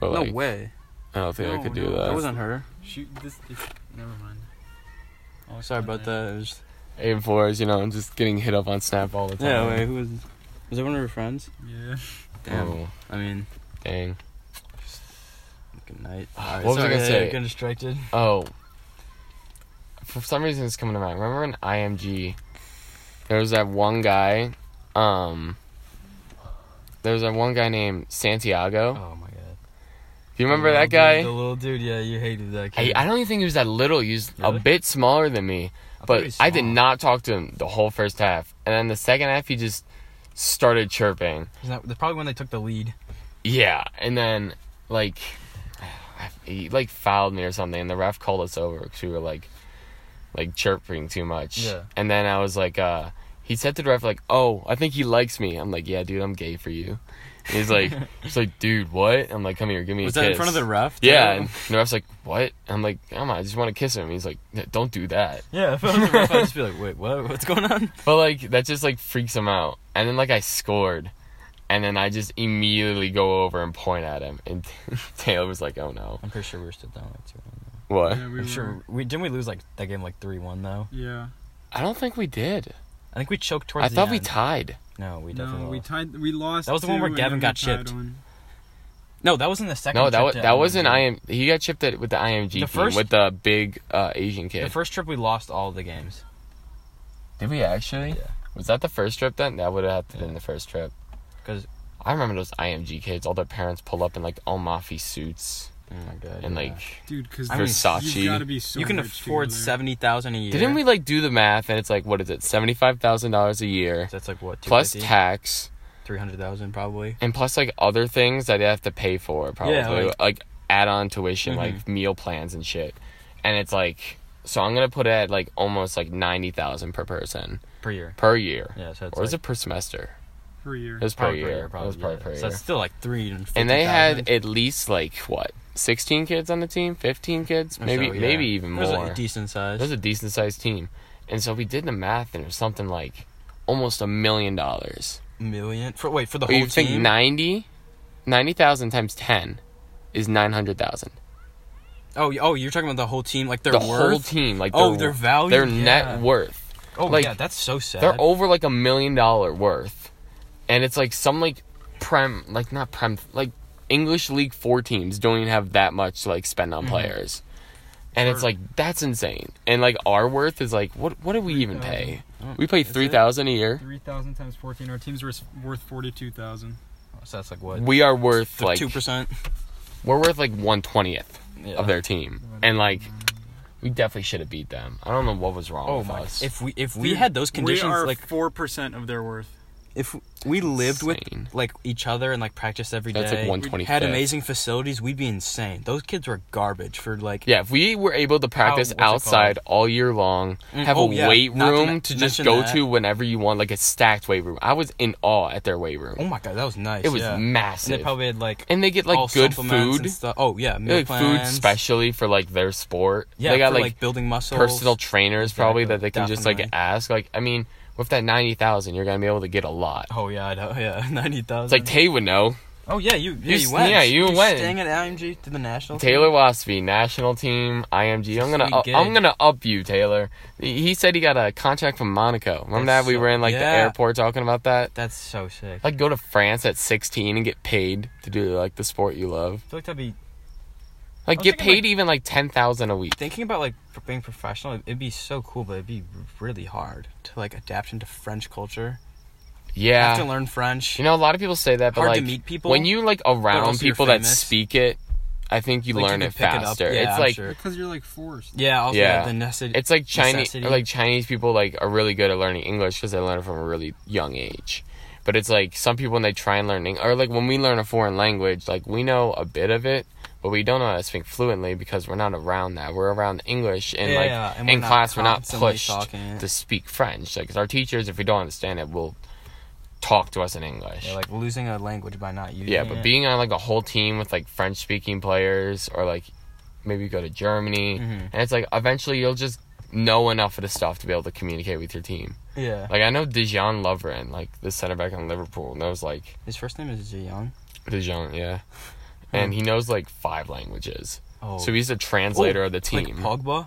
A: But like,
C: way.
A: I don't think I
D: No,
A: could do
D: no,
A: that.
D: that
C: wasn't her.
D: Shoot this. It's, never mind. I'll
C: Sorry
D: explain
C: about
D: later.
C: that. It was,
A: Aiden Flores, you know, I'm just getting hit up on Snap all the time.
C: yeah. Wait. Who was? Was that one of her friends?
D: Yeah.
C: Damn.
A: Oh,
C: I mean.
A: dang.
C: Good <sighs> night.
A: What was I gonna say?
C: Getting distracted.
A: Oh. For some reason, it's coming to mind. Remember in IMG, there was that one guy, um, there was that one guy named Santiago.
C: Oh my god.
A: Do you remember
C: The
A: that
C: little
A: guy?
C: dude- the little dude. Yeah, you hated that
A: I,
C: kid.
A: I don't even think he was that little. He was
C: Really?
A: a bit smaller than me.
C: thought he
A: But
C: was
A: I did
C: small.
A: not talk to him the whole first half. And then the second half, he just started chirping.
C: Isn't that- that's probably when they took the lead.
A: Yeah, and then like he like fouled me or something, and the ref called us over because we were like like chirping too much.
C: Yeah.
A: And then I was like, uh, he said to the ref like, "Oh, I think he likes me." I'm like, "Yeah, dude, I'm gay for you." And he's
C: <laughs>
A: like, he's like, "Dude, what?" I'm like, "Come here, give me
C: Was
A: a
C: that in
A: kiss."
C: front of the ref?
A: yeah,
C: too?
A: and the ref's like, "What?" I'm like, "Come on, I just want to kiss him." He's like, "No, "Don't do that."
C: <laughs> Yeah. If I <laughs> was the ref, I'd just be like, wait, what? What's going on?
A: But like that just like freaks him out. And then like I scored. And then I just immediately go over and point at him. And <laughs> Taylor was like, oh no.
C: I'm pretty sure we were still down like two.
A: What?
D: Yeah, we
C: I'm
D: were.
C: sure we didn't we lose like that game like three one though.
D: Yeah.
A: I don't think we did.
C: I think we choked towards.
A: I
C: the
A: thought we
C: end.
A: tied.
C: No, we
D: no,
C: definitely.
D: we
C: lost.
D: tied. We lost.
C: That was the one
D: two
C: where
D: and
C: Gavin
D: then we
C: got
D: tied
C: chipped.
D: one.
C: no, that was in the second.
A: No, that
C: trip
A: was
C: to
A: that wasn't
C: LMG.
A: IM. He got chipped at, with the IMG
C: The
A: team
C: first-
A: with the big uh, Asian
C: The
A: kid.
C: first trip we lost all the games.
A: did we actually? Was that the first trip then? That would have to been the first trip.
C: 'Cause-
A: I remember those IMG kids. All their parents pull up in like all mafia suits
C: Oh my god.
A: Mm, and like.
D: Dude, because
C: I mean,
A: Versace.
D: You gotta be so
C: you can
D: rich to
C: afford
D: go there.
C: seventy thousand a year.
A: Didn't we like do the math and it's like what is it seventy five thousand dollars a year
C: That's like what
A: plus
C: $250,000?
A: tax.
C: three hundred thousand probably.
A: and plus like other things that they have to pay for probably
C: Yeah,
A: like,
C: like-
A: add-on tuition
C: Mhm.
A: like meal plans and shit and it's like so i'm gonna put it at like almost like 90000 per person
C: per year.
A: per year
C: Yeah, so it's
A: or is
C: like,
A: it per semester
D: per year.
A: it was per
C: probably
A: year, it was probably
C: yeah.
A: per year
C: So it's still like three and.
A: and they had at least like what 16 kids on the team 15 kids maybe maybe even
C: It was
A: more
C: like a decent size.
A: it was a decent sized team and so we did the math and it was something like almost a million dollars
C: million. For wait for the whole
A: you think
C: team.
A: 90 90,000 times 10 is 900,000.
C: Oh, y- oh, you're talking about the whole team, like their
A: the
C: worth.
A: whole team, like
C: Oh,
A: their
C: their value?
A: their
C: Yeah.
A: net worth.
C: Oh,
A: like,
C: yeah, that's so sad.
A: They're over like a million dollar worth, and it's like some like prem like not prem like English League four teams don't even have that much to like spend on players, and it's
C: Mm-hmm. Sure.
A: like that's insane. And like our worth is like what what do we even pay?
C: Mm,
A: We pay
C: it?
A: three thousand a year.
D: Three thousand times fourteen. Our team's worth worth forty-two thousand.
C: Oh, so that's like what
A: We are worth like
C: two percent
A: we're worth like one twentieth
C: yeah.
A: of their team, and like we definitely should have beat them. I don't know what was wrong
C: Oh
A: with
C: my!
A: us.
C: If we if we had those conditions,
B: we are
C: like
B: four percent of their worth.
C: if we lived
A: Insane.
C: with like each other and like practiced every day,
A: That's, like, 125th.
C: had amazing facilities, we'd be insane. Those kids were garbage for like
A: Yeah, if we were able to practice
C: what's it called?
A: outside all year long,
C: Mm,
A: have
C: oh,
A: a
C: yeah,
A: weight
C: not to
A: room
C: men-
A: to just
C: mention
A: go
C: that.
A: to whenever you want, like a stacked weight room. I was in awe at their weight room.
C: Oh my god, that was nice.
A: it was
C: yeah.
A: massive.
C: And they probably had like
A: And they get like
C: all
A: good
C: supplements
A: food,
C: and stuff. Oh yeah,
A: They
C: meal
A: like food
C: plans.
A: specially for like their sport.
C: Yeah,
A: they got
C: for,
A: like,
C: like, building muscle.
A: personal trainers probably that they
C: Exactly,
A: can just like
C: definitely.
A: ask. Like, I mean, with that ninety thousand, you're gonna be able to get a lot.
C: Oh yeah, I know. <laughs> Yeah, ninety
A: It's
C: thousand.
A: like Tay would know.
C: oh yeah, you yeah
A: you
C: you,
A: s-
C: went.
A: yeah, you went.
C: Staying at IMG to the national. team?
A: Taylor Waspy, national team, IMG. I'm gonna,
C: Sweet
A: up,
C: gig.
A: I'm gonna up you, Taylor. He he said he got a contract from Monaco. Remember
C: That's
A: that we
C: so-
A: were in like the
C: yeah.
A: airport talking about that.
C: That's so sick.
A: Like go to France at 16 and get paid to do like the sport you love.
C: I feel like that'd be
A: Like
C: I was
A: get
C: thinking,
A: paid even like 10,000 a week.
C: thinking about like for being professional. It'd be so cool, but it'd be really hard to like adapt into French culture. You have to
A: Yeah.
C: learn French.
A: You know a lot of people say that but
C: Hard
A: like
C: to meet people,
A: when you like around
C: also you're
A: people that
C: famous.
A: speak it, I think you
C: Like, you
A: learn
C: can
A: it
C: pick it up.
A: faster.
C: Yeah,
A: it's
C: I'm
A: like
C: sure.
D: Because you're like forced.
C: yeah, also
A: Yeah.
C: yeah. the necessity.
A: it's like Chinese
C: necessity.
A: like Chinese people like are really good at learning English cuz they learn it from a really young age. But it's like some people when they try and learn Eng- or like when we learn a foreign language, like we know a bit of it, but we don't know how to speak fluently because we're not around that. We're around English and
C: Yeah,
A: like
C: yeah, and we're
A: in
C: not
A: class we're not
C: constantly
A: pushed
C: talking it.
A: to speak French. Like 'cause our teachers, if we don't understand it, will talk to us in English.
C: Yeah, like losing a language by not using.
A: Yeah,
C: it.
A: but being on like a whole team with like French speaking players or like maybe you go to Germany
C: Mhm.
A: and it's like eventually you'll just know enough of the stuff to be able to communicate with your team.
C: yeah.
A: Like I know Dijon Lovren, like the center back on Liverpool, and that was like
C: His first name is Jiyoung.
A: Dijon, yeah. And he knows like five languages.
C: Hmm. Oh,
A: So he's a translator
C: Oh,
A: of the team.
C: Like Pogba.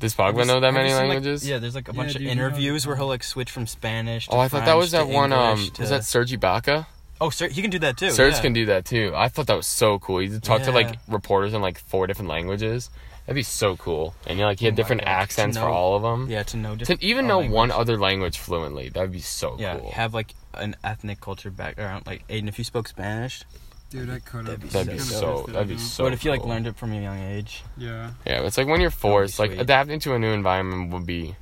A: Does
C: Have you
A: Pogba
C: s-
A: know that
C: have you
A: many
C: seen, like-
A: languages?
C: yeah, there's like a
D: Yeah,
C: bunch
D: dude,
C: of
D: you know-
C: interviews where he'll like switch from Spanish. To
A: Oh, I thought that
C: French
A: was
C: to
A: that one. Um,
C: English to-
A: was that Sergi Baca?
C: Oh, sir, he can do that too.
A: Serge
C: yeah.
A: can do that too. I thought that was so cool. He talked to like
C: Yeah.
A: reporters in like four different languages. That'd be so cool. And you know, like he had
C: Oh my
A: different
C: God.
A: accents
C: To
A: for
C: know-
A: all of them.
C: Yeah, to know
A: To
C: different.
A: even
C: a
A: know
C: language.
A: one other language fluently, that'd be so
C: Yeah,
A: cool.
C: have like an ethnic culture background. Like Aiden, if you spoke Spanish,
D: Dude, I could
C: That'd be
D: have.
A: that'd be
C: Yeah.
A: so. That'd be so.
C: but if you like
A: cool.
C: learned it from a young age,
D: Yeah.
A: Yeah, it's like when you're forced, like
C: sweet.
A: adapting to a new environment would be,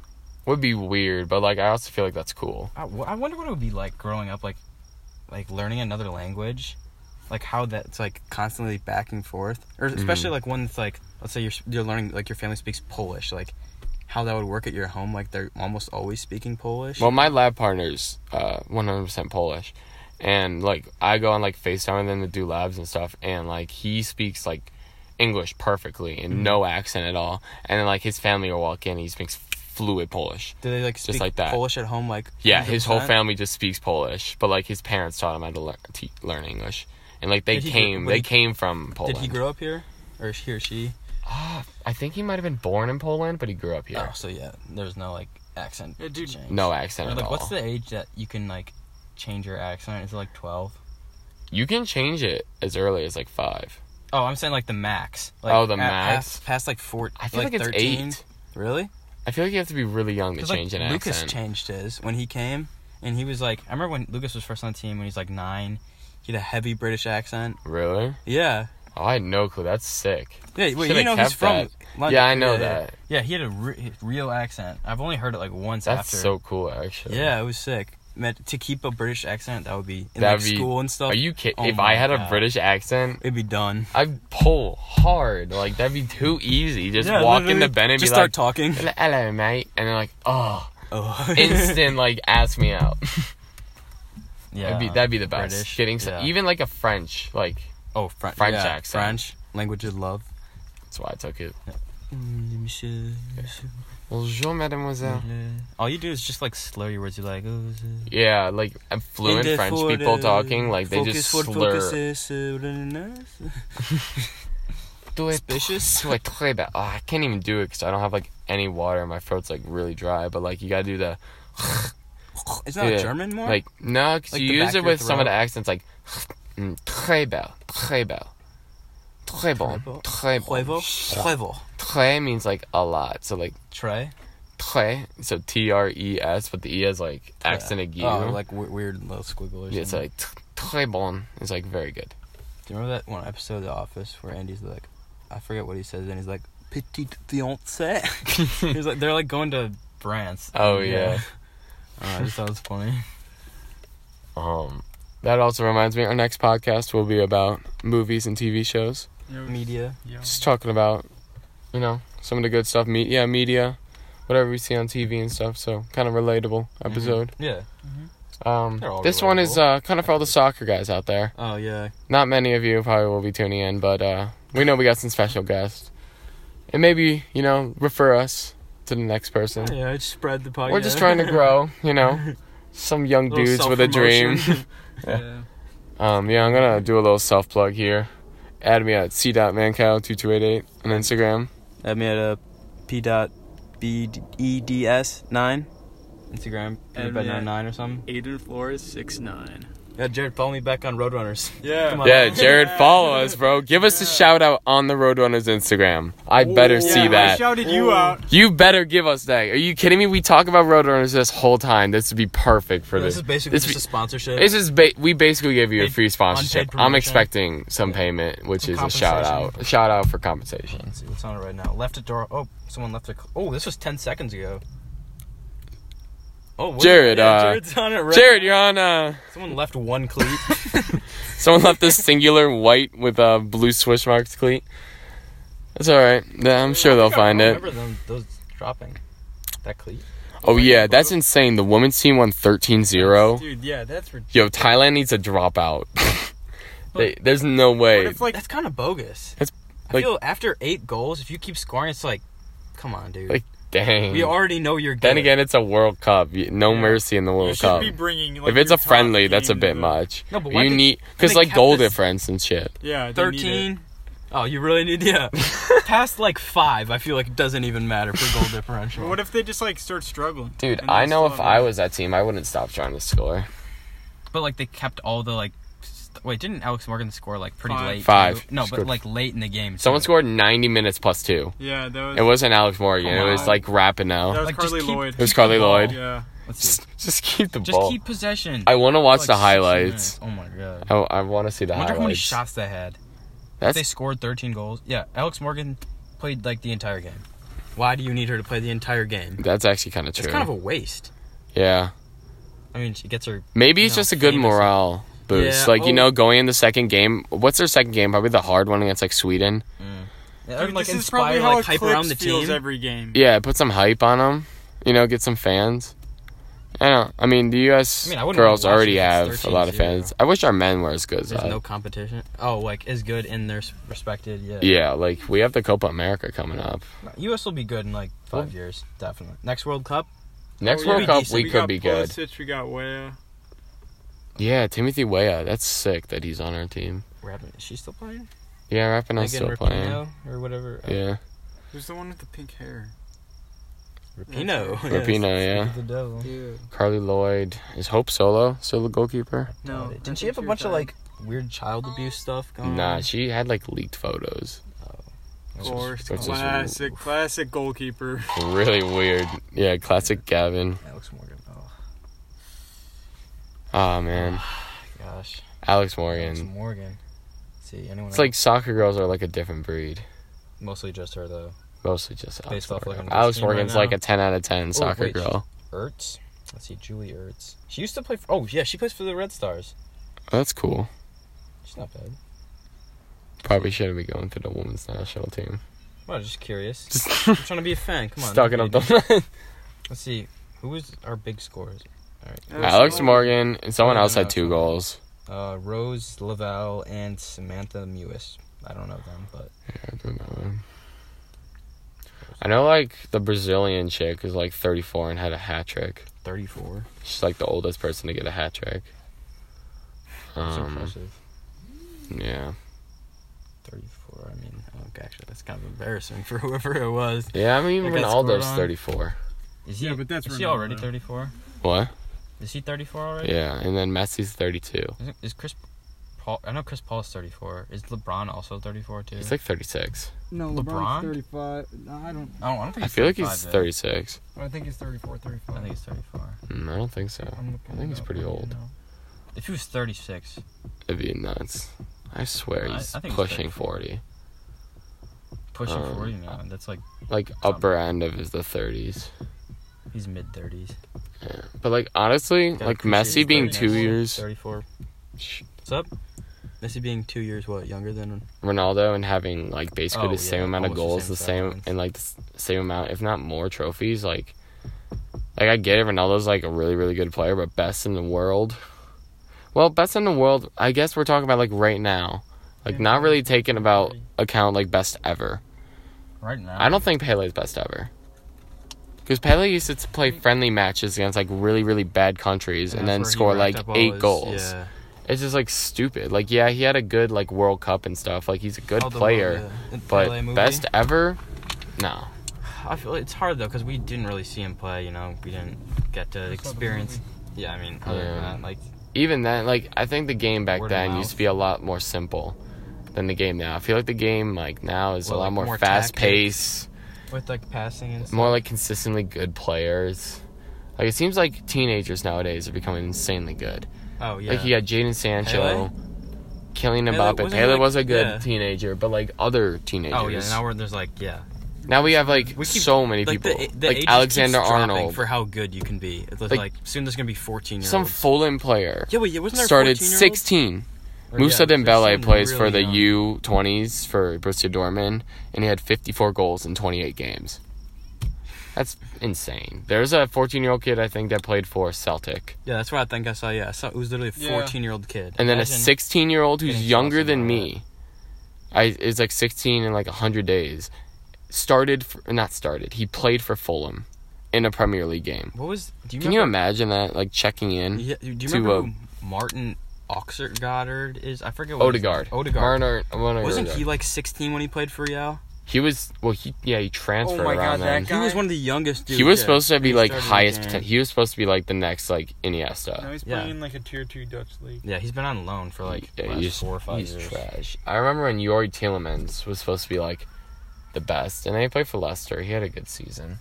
A: would be weird. But like I also feel like that's cool.
C: I, w- I wonder what it would be like growing up, like, like learning another language, like how that's like constantly back and forth, or
A: Mm.
C: especially like one that's like, let's say you're s- you're learning like your family speaks Polish, like how that would work at your home, like they're almost always speaking Polish.
A: Well, my lab partner's uh, 100% Polish. And, like, I go on, like, FaceTime with him to do labs and stuff. And, like, he speaks, like, English perfectly
C: Mm-hmm.
A: and no accent at all. And then, like, his family will walk in and he speaks fluid Polish.
C: Do they like speak
A: like that.
C: Polish at home? Like
A: Yeah, his whole
C: 100%?
A: family just speaks Polish. But, like, his parents taught him how to learn, te- learn English. And, like, they
C: Did he gr-
A: came,
C: would
A: they
C: he-
A: came from Poland.
C: Did he grow up here, or he or she?
A: I think he might have been born in Poland, but he grew up here.
C: Oh, so yeah, there's no like accent.
B: Yeah, dude.
C: change.
A: No accent
C: Or,
A: at
C: like,
A: all.
C: what's the age that you can like change your accent? Is it like twelve?
A: You can change it as early as, like, five.
C: Oh, I'm saying like the max. Like,
A: Oh, the
C: a-
A: max.
C: Past, past like four.
A: I feel like, it's
C: 13.
A: eight.
C: Really?
A: I feel like you have to be really young to
C: 'Cause, like,
A: change an
C: Lucas
A: accent.
C: changed his when he came, and he was like, I remember when Lucas was first on the team when he was like nine. He had a heavy British accent.
A: Really?
C: Yeah.
A: Oh, I had no clue. That's sick.
C: Yeah, wait,
A: Should've
C: you know he's
A: kept
C: from
A: that.
C: London.
A: Yeah, I know that.
C: Yeah, he had a re- real accent. I've only heard it like once
A: That's
C: after.
A: so cool, actually.
C: Yeah, it was sick. Man, to keep a British accent, that would be in
A: That'd
C: like,
A: be-
C: school and stuff.
A: Are you kidding?
C: Oh
A: if
C: my
A: I had a
C: God.
A: British accent,
C: It'd be done.
A: I'd pull hard. Like that'd be too easy. Just walk into Ben and
C: just
A: be
C: start
A: like, <laughs>
C: talking. <laughs>
A: "Hello- "Hello, mate," and they're like, "Oh,
C: Oh,
A: instant!" like, ask me out.
C: <laughs> yeah,
A: That'd be that'd be the best.
C: British,
A: Getting so-
C: yeah.
A: even like a French. Like
C: oh French,
A: French accent.
C: French language of love.
A: that's why I took it.
C: Mm, All
A: Bonjour, mademoiselle.
C: Mm-hmm. you do is just like slur your words. You're like, oh, is it-
A: Yeah, like I'm fluent
C: And, uh,
A: French
C: for
A: people
C: the
A: talking. Like they just
C: focus, what
A: slur.
C: focus is, uh, Suspicious?
A: Sweat cleba. Oh, I can't even do it because I don't have like any water. My throat's like really dry. But like you gotta do the
C: Isn't that
A: yeah.
C: German more?
A: Like no, 'cause
C: Like
A: you
C: the back
A: use it
C: of your
A: with some of
C: throat?
A: the accents like mm, très belle, très belle, très bon,
C: Très beau.
A: très bon. <laughs>
C: Huevo? Huevo.
A: Très means like a lot. So like
C: Trey?
A: très, so T R E S, but the E is like accented U.
C: Oh, like w- weird little squiggles.
A: yeah, it's like tr- très bon. It's like very good.
C: Do you remember that one episode of The Office where Andy's like, I forget what he says, and he's like, petite fiance? <laughs> he's like, they're like going to France.
A: Oh yeah.
C: Oh, I just thought it was funny.
A: Um, that also reminds me, our next podcast will be about movies and TV shows.
C: Media.
D: Yo.
A: Just talking about, you know, some of the good stuff. Me- yeah, media, whatever we see on TV and stuff. So kind of relatable episode.
C: Yeah. Mm-hmm.
D: Mm-hmm.
C: They're
A: Um,
C: all
A: this one is
C: relatable.
A: uh, kind of for all the soccer guys out there.
C: Oh yeah.
A: Not many of you probably will be tuning in, but uh, we know we got some special guests, and maybe you know refer us to the next person.
C: Oh, Yeah, I just spread the podcast.
A: We're just
C: <laughs>
A: trying to grow, you know. Some young
C: Little
A: dudes with a dream.
C: self-promotion.
D: Yeah.
A: Um, yeah, I'm gonna do a little self plug here. Add me at c.mancow2288 on Instagram.
C: Add me at a p dot b e d s nine. Instagram
D: Add
C: p
D: me at-
C: nine nine or something.
D: Aiden Flores six nine.
C: Yeah, Jared, follow me back on Roadrunners.
D: Yeah.
C: Come on. <laughs>
A: Yeah, Jared, follow us, bro. Give us a shout out on the Roadrunners Instagram. I better see
D: I
A: that.
D: shouted you out.
A: you better give us that. Are you kidding me? We talk about Roadrunners this whole time. This would be perfect for this.
C: This is basically
A: this
C: just a sponsorship.
A: be- it's just ba- we basically gave you a
C: Paid-
A: free
C: unpaid
A: sponsorship.
C: promotion.
A: I'm expecting some payment, which
C: Some
A: is a shout out.
C: compensation.
A: A shout out for compensation.
C: Let's see what's on it right now. Left a door. Oh, someone left a. cl- Oh, this was ten seconds ago. Oh, what-
A: Jared,
C: yeah,
A: uh,
C: Jared's on it right.
A: Jared,
C: now.
A: you're on. Uh,
C: Someone left
A: <laughs>
C: one cleat.
A: Someone left this singular white with uh, blue swish marks cleat. That's all right. Yeah, I'm sure they'll find
C: <laughs> I
A: it.
C: remember them, those dropping. That cleat.
A: Oh yeah, that's insane. The women's team won 13-0.
D: Dude, yeah, that's ridiculous.
A: Yo, Thailand needs a dropout. <laughs> they, there's no
D: But
A: way.
D: it's like
C: That's kind of bogus.
A: That's,
C: I
A: like-
C: feel after eight goals, if you keep scoring, it's like, come on, dude.
A: Like, Dang.
C: we already know you're good.
A: then again, it's a World Cup. Y- No
D: Yeah.
A: mercy in the
D: you
A: World
D: should
A: Cup.
D: be bringing. Like,
A: if it's
D: your
A: a friendly,
D: top
A: that's a
D: teams
A: bit
D: and-
A: much.
C: No, but why
A: you
C: they-
A: need
C: they
A: because like
C: kept
A: goal
C: this-
A: difference and shit.
D: Yeah, they need it.
C: thirteen. Oh, you really
A: <laughs>
C: need yeah. Past like five, I feel like it doesn't even matter for goal differential.
D: But what if they just like start struggling?
A: Dude,
D: And
A: I
D: they
A: know if
D: still have
A: I
D: it?
A: was that team, I wouldn't stop trying to score.
C: But like they kept all the like. St- wait, didn't Alex Morgan score like pretty
D: Five.
C: late?
A: Five.
C: too? No, but
A: Scored-
C: like late in the game.
A: Someone
C: too.
A: scored 90 minutes plus two.
D: Yeah, that was.
A: It wasn't Alex Morgan.
C: Come
A: It was
D: on.
A: like Rapinoe. <laughs>
D: That was
C: Like, just
D: Carly
C: keep-
D: Lloyd.
A: It was Carly Lloyd.
D: Yeah.
C: Let's see.
A: Just, just keep the
C: Just
A: ball.
C: keep possession.
A: I want to
C: for,
A: watch
C: like,
A: the
C: 60
A: highlights.
C: minutes. Oh my god.
A: I, I want to see the
C: I wonder
A: highlights.
C: how many shots they had. If they
A: That's
C: scored 13 goals. Yeah, Alex Morgan played like the entire game. Why do you need her to play the entire game?
A: that's actually kind of true.
C: It's kind of a waste.
A: yeah,
C: I mean, she gets her.
A: maybe
C: you
A: it's
C: know,
A: just a good
C: famous-
A: morale boost.
C: Yeah,
A: like you
C: oh.
A: know, going in the second game. What's their second game? Probably the hard one against like Sweden.
C: Yeah,
D: Dude,
C: like
D: this is
C: inspire
D: probably how
C: like hype around the
D: Eclipse feels
C: team.
D: every game.
A: Yeah, put some hype on them. You know, get some fans. I don't. I mean, the U.S.
C: I mean, I wouldn't
A: girls
C: wanna watch
A: already
C: it if
A: have
C: it's
A: a lot of
C: 13-0.
A: fans. I wish our men were as good as
C: There's
A: that.
C: no competition. Oh, like is good in their s- respected. Yeah.
A: yeah, like we have the Copa America coming up.
C: U.S. will be good in like five years, definitely. Next World Cup.
A: Next
D: Oh, yeah,
A: World
D: we
A: Cup,
C: decent.
A: we,
D: we
A: could
D: got
A: be good.
D: Pulisic, we got Wea.
A: Yeah, Timothy Weah. That's sick that he's on our team.
C: We're having. Is she still playing?
A: Yeah, Rapinoe's
C: Megan
A: still playing.
C: Rapinoe Oh. or whatever. Uh,
A: Yeah,
D: Who's the one with the pink hair?
C: <laughs> Rapinoe. yes.
A: Rapinoe. Yeah.
C: The devil.
E: Dude.
A: Carly Lloyd. Is Hope Solo still the goalkeeper?
D: No. I
C: Didn't she
D: think
C: have a
D: you're
C: bunch of
D: right.
C: like weird child abuse stuff going?
A: Nah,
C: on?
A: she had like leaked photos.
D: Of course,
A: Which is-
D: classic, classic goalkeeper.
A: Really weird. Yeah, classic Gavin.
C: Alex Morgan. Oh
A: Ah man,
C: gosh.
A: Alex
C: Alex
A: Morgan.
C: Morgan. See anyone?
A: It's
C: else?
A: like soccer girls are like a different breed.
C: mostly just her though.
A: Mostly just Alex
C: Based off,
A: Morgan.
C: like, on
A: Alex
C: this team right
A: Morgan's
C: now. Oh,
A: like a ten out of ten soccer
C: wait,
A: girl.
C: Ertz. Let's see, Julie Ertz. She used to play. For, oh yeah, she plays for the Red Stars.
A: Oh, that's cool.
C: She's not bad.
A: Probably shouldn't be going to the women's national team. <laughs>
C: Well, just curious.
A: Just
C: I'm trying to be a fan. Come on.
A: <laughs> stocking up
C: dude.
A: the.
C: Let's see. Who was our big scorers?
A: Alex Morgan and someone
C: Morgan,
A: else had
C: Alex
A: two
C: Morgan.
A: goals.
C: Uh, Rose Lavelle and Samantha Mewis. I don't know them, but
A: I don't know. I know like the Brazilian chick is like 34 and had a hat trick.
C: 34.
A: She's like the oldest person to get a hat trick.
C: That's
A: Um,
C: impressive.
A: yeah.
C: 34. I mean, okay, actually, that's kind of embarrassing <laughs> for whoever it was.
A: Yeah, I mean,
C: That got scored
A: Ronaldo's
C: on.
A: 34.
C: Is he,
D: Yeah, but that's
C: is he
D: Ronaldo.
C: already 34?
A: What?
C: Is he 34 already?
A: Yeah, and then Messi's 32.
C: Is, is Chris Paul? I know Chris Paul is 34. Is LeBron also 34 too?
A: He's like 36.
E: No,
C: LeBron's LeBron?
E: 35. No, I don't.
C: Oh, I don't, I don't think
A: I
C: he's
A: feel like
C: 35
A: he's
C: though.
A: 36.
E: I think he's 34,
C: I
E: 35.
C: think he's 34.
A: Mm, I don't think so.
E: I'm looking
A: I think
E: it
A: he's
E: up
A: pretty
E: right
A: old.
E: now.
C: If he was 36,
A: It'd be nuts. I swear
C: I-
A: he's
C: I think he's
A: pushing
C: 34.
A: 40.
C: pushing
A: Um,
C: 40 now, that's like
A: Like upper end of his the 30s.
C: he's mid 30s.
A: Yeah. But like honestly, like Messi being two years,
C: 34. What's up? Messi being two years what younger than
A: Ronaldo and having like basically
C: Oh,
A: the same
C: yeah,
A: amount of goals,
C: almost
A: the
C: the
A: same
C: same stat
A: and like the s- same amount, if not more trophies. Like, like I get it. Ronaldo's like a really really good player, but best in the world. Well, best in the world. I guess we're talking about like right now, like not really taking about account like best ever.
C: right now.
A: I don't think Pele's best ever. Because Pele used to t- play friendly matches against like really really bad countries and, then
C: that's where he
A: score
C: racked
A: like
C: up all
A: eight
C: his-
A: goals.
C: yeah.
A: It's just like stupid. Like yeah, he had a good like World Cup and stuff. Like he's a good
C: All the-
A: player.
C: yeah. The
A: But
C: Pele movie.
A: best ever? No.
C: I feel it's hard though because we didn't really see him play. You know, we didn't get to experience. Yeah, I mean, other
A: Yeah.
C: than that, like
A: Even then, like I think the game back
C: Word of
A: then
C: mouth.
A: used to be a lot more simple than the game now. I feel like the game like now is
C: Well,
A: a lot
C: like,
A: more,
C: more
A: fast
C: tactics.
A: paced,
C: with like passing and stuff.
A: more like consistently good players. Like it seems like teenagers nowadays are becoming insanely good.
C: oh yeah,
A: Like you got Jaden Sancho,
C: Pele?
A: Killing
C: Pele
A: Mbappe.
C: wasn't
A: Pele
C: like-
A: was a good
C: yeah.
A: teenager, but like other teenagers.
C: oh yeah. Now we're there's like yeah,
A: now we have like
C: We keep-
A: so many
C: like
A: people,
C: the, the age
A: like
C: just
A: Alexander
C: keeps dropping
A: Arnold,
C: for how good you can be. It's like,
A: Like,
C: like, soon there's gonna be 14 year
A: some
C: olds.
A: Fulham player
C: yeah, wait, yeah, wasn't there
A: started
C: 14-year-olds?
A: sixteen.
C: Or,
A: Musa
C: yeah, there's
A: Dembele
C: some
A: plays for
C: really
A: the
C: young-
A: U20s for Borussia Dortmund, and he had 54 goals in 28 games. That's insane. There's a 14 year old kid I think that played for Celtic,
C: Yeah, that's what I think I saw. Yeah, I saw it was literally a 14 year old kid.
A: and then a
C: Imagine-
A: 16 year old who's
C: getting
A: younger
C: Chelsea
A: than
C: on
A: me. I is like 16 in like 100 days. Started for, not started. He played for Fulham in a Premier League game.
C: What was? Do you
A: Can you
C: remember?
A: imagine that? Like checking in.
C: yeah, do you
A: to,
C: remember
A: uh,
C: who Martin Oxer Goddard is? I forget. what his name-
A: Odegaard.
C: Odegaard.
A: Marner, Marner
C: Wasn't he
A: Odegaard.
C: like 16 when he played for Real?
A: He was well. He yeah. He
C: Oh
A: transferred
B: my God,
A: around
B: that
A: then.
B: guy-
C: He was one of the youngest dudes.
A: he was
C: yeah.
A: supposed to be
C: He
A: like
C: started
A: highest.
C: again.
A: poten- he was supposed to be like the next like Iniesta.
B: Now he's
C: Yeah.
B: playing in like a tier two Dutch league.
C: Yeah, he's been on loan for like
A: Yeah,
C: last
A: he's,
C: four or five
A: he's
C: years.
A: trash. I remember when Yori Telemans was supposed to be like the best, and then he played for Leicester. He had a good season,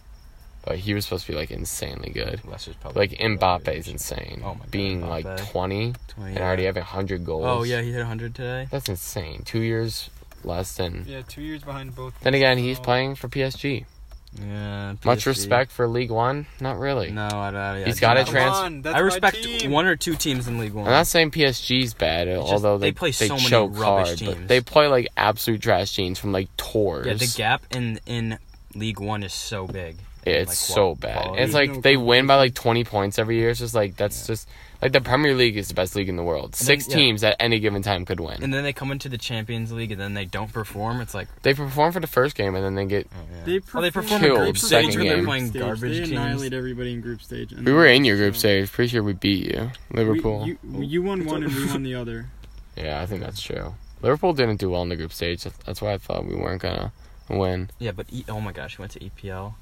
A: but he was supposed to be like insanely good.
C: Leicester's probably
A: Like Mbappe's insane.
C: Oh my God,
A: Being like
C: Mbappe.
A: twenty
C: 20,
A: and already having hundred goals.
C: Oh yeah, he hit 100 today.
A: that's insane. Two years less than.
B: Yeah, two years behind both.
A: Then again, he's
B: Oh.
A: playing for PSG.
C: Yeah.
A: Much
C: PSG.
A: respect for League One, not really.
C: No, I don't. Yeah,
A: He's
C: I
A: got
C: do
A: a
C: not-
B: Come
A: trans-
B: on, that's
C: I
B: my
C: respect
B: team.
C: one or two teams in League One.
A: I'm not saying PSG's bad,
C: just-
A: although they,
C: they play so many
A: choke
C: rubbish
A: hard, but
C: teams.
A: they play like absolute trash teams from like tours.
C: yeah, the gap in in League One is so big.
A: Yeah,
C: in,
A: it's
C: like,
A: so
C: qual-
A: bad. And
C: quality.
A: it's like they win by like 20 points every year. It's just like that's just like the Premier League is the best league in the world.
C: then-
A: Six
C: yeah.
A: teams at any given time could win.
C: and then they come into the Champions League and then they don't perform. It's like
A: they perform for the first game and then they get.
C: They
D: perform,
C: they perform
A: in
D: in
A: Killed
D: group
A: group second stage when
D: stage.
A: they're game.
C: playing garbage
D: they
C: teams.
D: annihilate everybody in group stage. and
A: We
C: Mm-hmm.
D: then-
A: were in your group
D: so-
A: stage. Pretty sure we beat you,
D: We-
A: Liverpool.
D: you, you won one and we won the other.
A: yeah, I think that's true. Liverpool didn't do well in the group stage. That's- That's why I thought we weren't gonna win.
C: yeah, but e- oh my gosh, we went to EPL.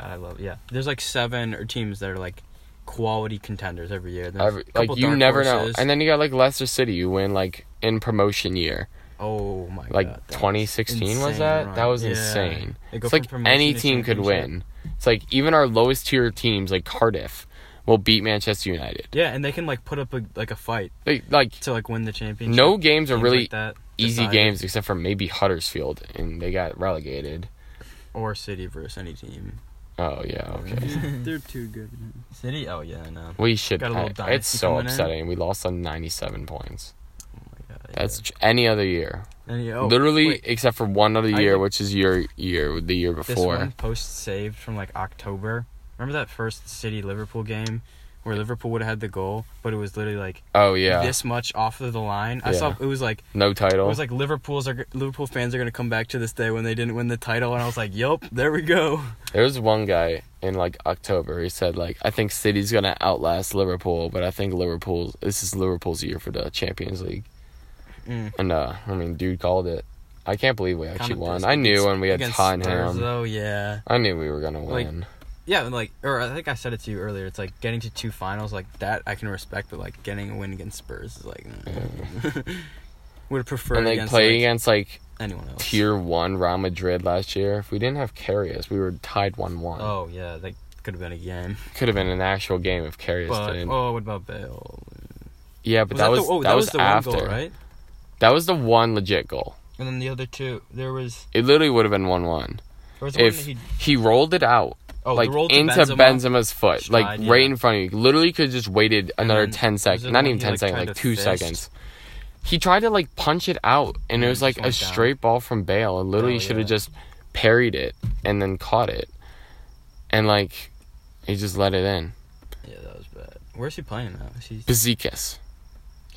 C: God, I love yeah. There's like seven or teams that are like quality contenders every year. There's
A: Every,
C: a
A: like
C: couple
A: you
C: dark
A: never
C: horses.
A: know. And then you got like Leicester City. You win like in promotion year.
C: oh my
A: like
C: god, that
A: 2016 was
C: insane
A: that?
C: run.
A: That was
C: Yeah.
A: insane.
C: They go
A: It's
C: from
A: like
C: promotion
A: any
C: to
A: team could
C: championship.
A: win. It's like even our lowest tier teams, like Cardiff, will beat Manchester United.
C: Yeah, and they can like put up a, like a fight
A: Like, like
C: to like win the championship.
A: no games are
C: Teams
A: really
C: like that
A: easy
C: decided.
A: games except for maybe Huddersfield, and they got relegated.
C: or City versus any team.
A: Oh <laughs> yeah, okay.
D: They're too good. man.
C: City? Oh yeah, I know.
A: We should.
C: Got a little
A: I- it's
C: dynasty
A: so
C: coming in.
A: upsetting. We lost on 97 points.
C: Oh my god.
A: That's tr- any other year,
C: yeah. And, yeah, oh,
A: literally
C: wait,
A: except for one other
C: I
A: year,
C: think-
A: which is your year, the year
C: this
A: before.
C: one post saved from like October. Remember that first City Liverpool game where Liverpool would have had the goal, but it was literally like
A: Oh yeah,
C: this much off of the line. I
A: Yeah.
C: saw it was like
A: no
C: it
A: title.
C: was like Liverpool's are Liverpool fans are gonna come back to this day when they didn't win the title, and I was like, yup, there we go.
A: There was one guy in like October. He said like, "I think City's gonna outlast Liverpool, but I think Liverpool. This is Liverpool's year for the Champions League."
C: Mm.
A: And uh, I mean, dude called it. I can't believe we actually
C: Common
A: won.
C: Pros
A: I knew when we had
C: against Spurs,
A: Tottenham.
C: though, yeah.
A: I knew we were gonna
C: Like-
A: win.
C: Yeah, and like, or I think I said it to you earlier. It's like getting to two finals like that I can respect, but like getting a win against Spurs is like <laughs> would have preferred
A: and they
C: against
A: play
C: like,
A: against like
C: anyone else.
A: tier one Real Madrid last year. If we didn't have Carrius, we were tied one one.
C: Oh yeah, that could have been a game.
A: Could have been an actual game if Carrius
C: But
A: didn't.
C: oh, what about Bale?
A: yeah, but that, was
C: the, oh,
A: that, was,
C: the
A: after.
C: one goal, right?
A: That was the one legit goal.
C: And then the other two, there was
A: It literally would have been one one
C: there was
A: if
C: one that he
A: he rolled it out
C: oh
A: like
C: the roll to
A: into
C: Benzema,
A: Benzema's foot,
C: Stride,
A: like
C: yeah.
A: right in front of you. Literally, could have just waited
C: And
A: another
C: then
A: ten
C: was it
A: seconds,
C: the
A: not
C: one
A: even
C: he,
A: ten
C: like,
A: seconds,
C: tried
A: like
C: to
A: two
C: fist?
A: seconds. He tried to like punch it out, and it
C: Yeah,
A: was
C: it
A: like a
C: just went down.
A: straight ball from Bale, and literally
C: Bale,
A: should have
C: yeah.
A: just parried it and then caught it, and like he just let it in.
C: Yeah, that was bad. Where's he playing now? Is he
A: Besikis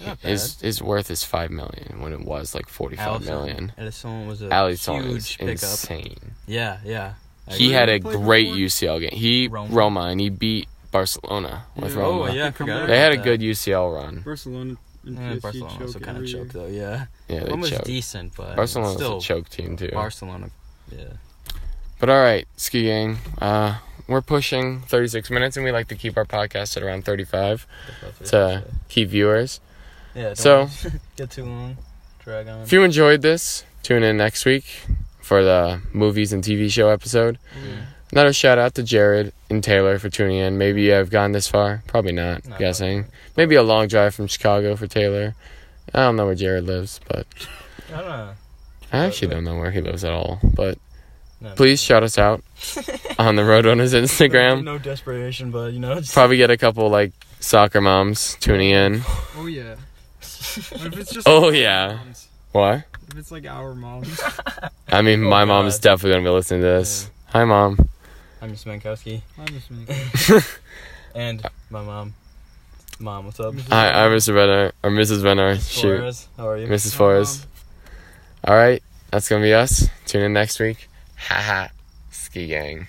C: not bad?
A: is is worth his five million when it was like forty five
C: Alisson.
A: million.
C: Alisson was a
A: Alisson is
C: huge pickup.
A: insane.
C: Yeah, yeah. I
A: He
C: agree.
A: had a
D: he played
A: great
D: before?
A: UCL game. He
C: Roma.
A: Roma, and he beat Barcelona with
D: Yeah.
A: Roma.
C: Oh yeah, I forgot.
A: They had a
C: about
A: good UCL run.
D: Barcelona and
C: that.
D: PSG
C: Eh, Barcelona also
D: choke
C: kind of
D: every year.
C: choked though. Yeah,
A: Yeah, they
C: Roma's
A: choked.
C: decent, but I mean,
A: Barcelona's
C: still
A: a choke team too.
C: Barcelona. Yeah,
A: but all right, ski gang. Uh, we're pushing 36 minutes, and we like to keep our podcast at around 35 to keep viewers.
C: yeah. don't
A: so-
C: <laughs> get too long, drag on.
A: If you enjoyed this, tune in next week for the movies and TV show episode. Another shout out to Jared and Taylor for tuning in. Maybe you have gone this far. Probably not.
C: No,
A: guessing. Maybe a long drive from Chicago for Taylor. I don't know where Jared lives, but
C: I don't know.
A: I actually don't know where he lives at all. But
C: No,
A: please shout us out on the Road Runners Instagram.
C: No desperation, but you know. It's
A: Probably get a couple like soccer moms tuning in.
E: Oh yeah.
D: What if it's
A: <laughs>
D: just
A: Oh,
D: our
A: yeah.
D: moms?
A: What?
D: If it's like our moms.
A: I mean, my mom
C: Oh, God.
A: is definitely gonna be listening to this. Hi, mom.
C: I'm just Mankowski
E: I'm just making.
C: and my mom. Mom, what's up?
A: Hi, I'm Mr. Venner or Mrs. Venner. Shoot.
C: Suarez, how are you?
A: Mrs. Flores. All right, that's gonna be us. Tune in next week. Haha, ski gang.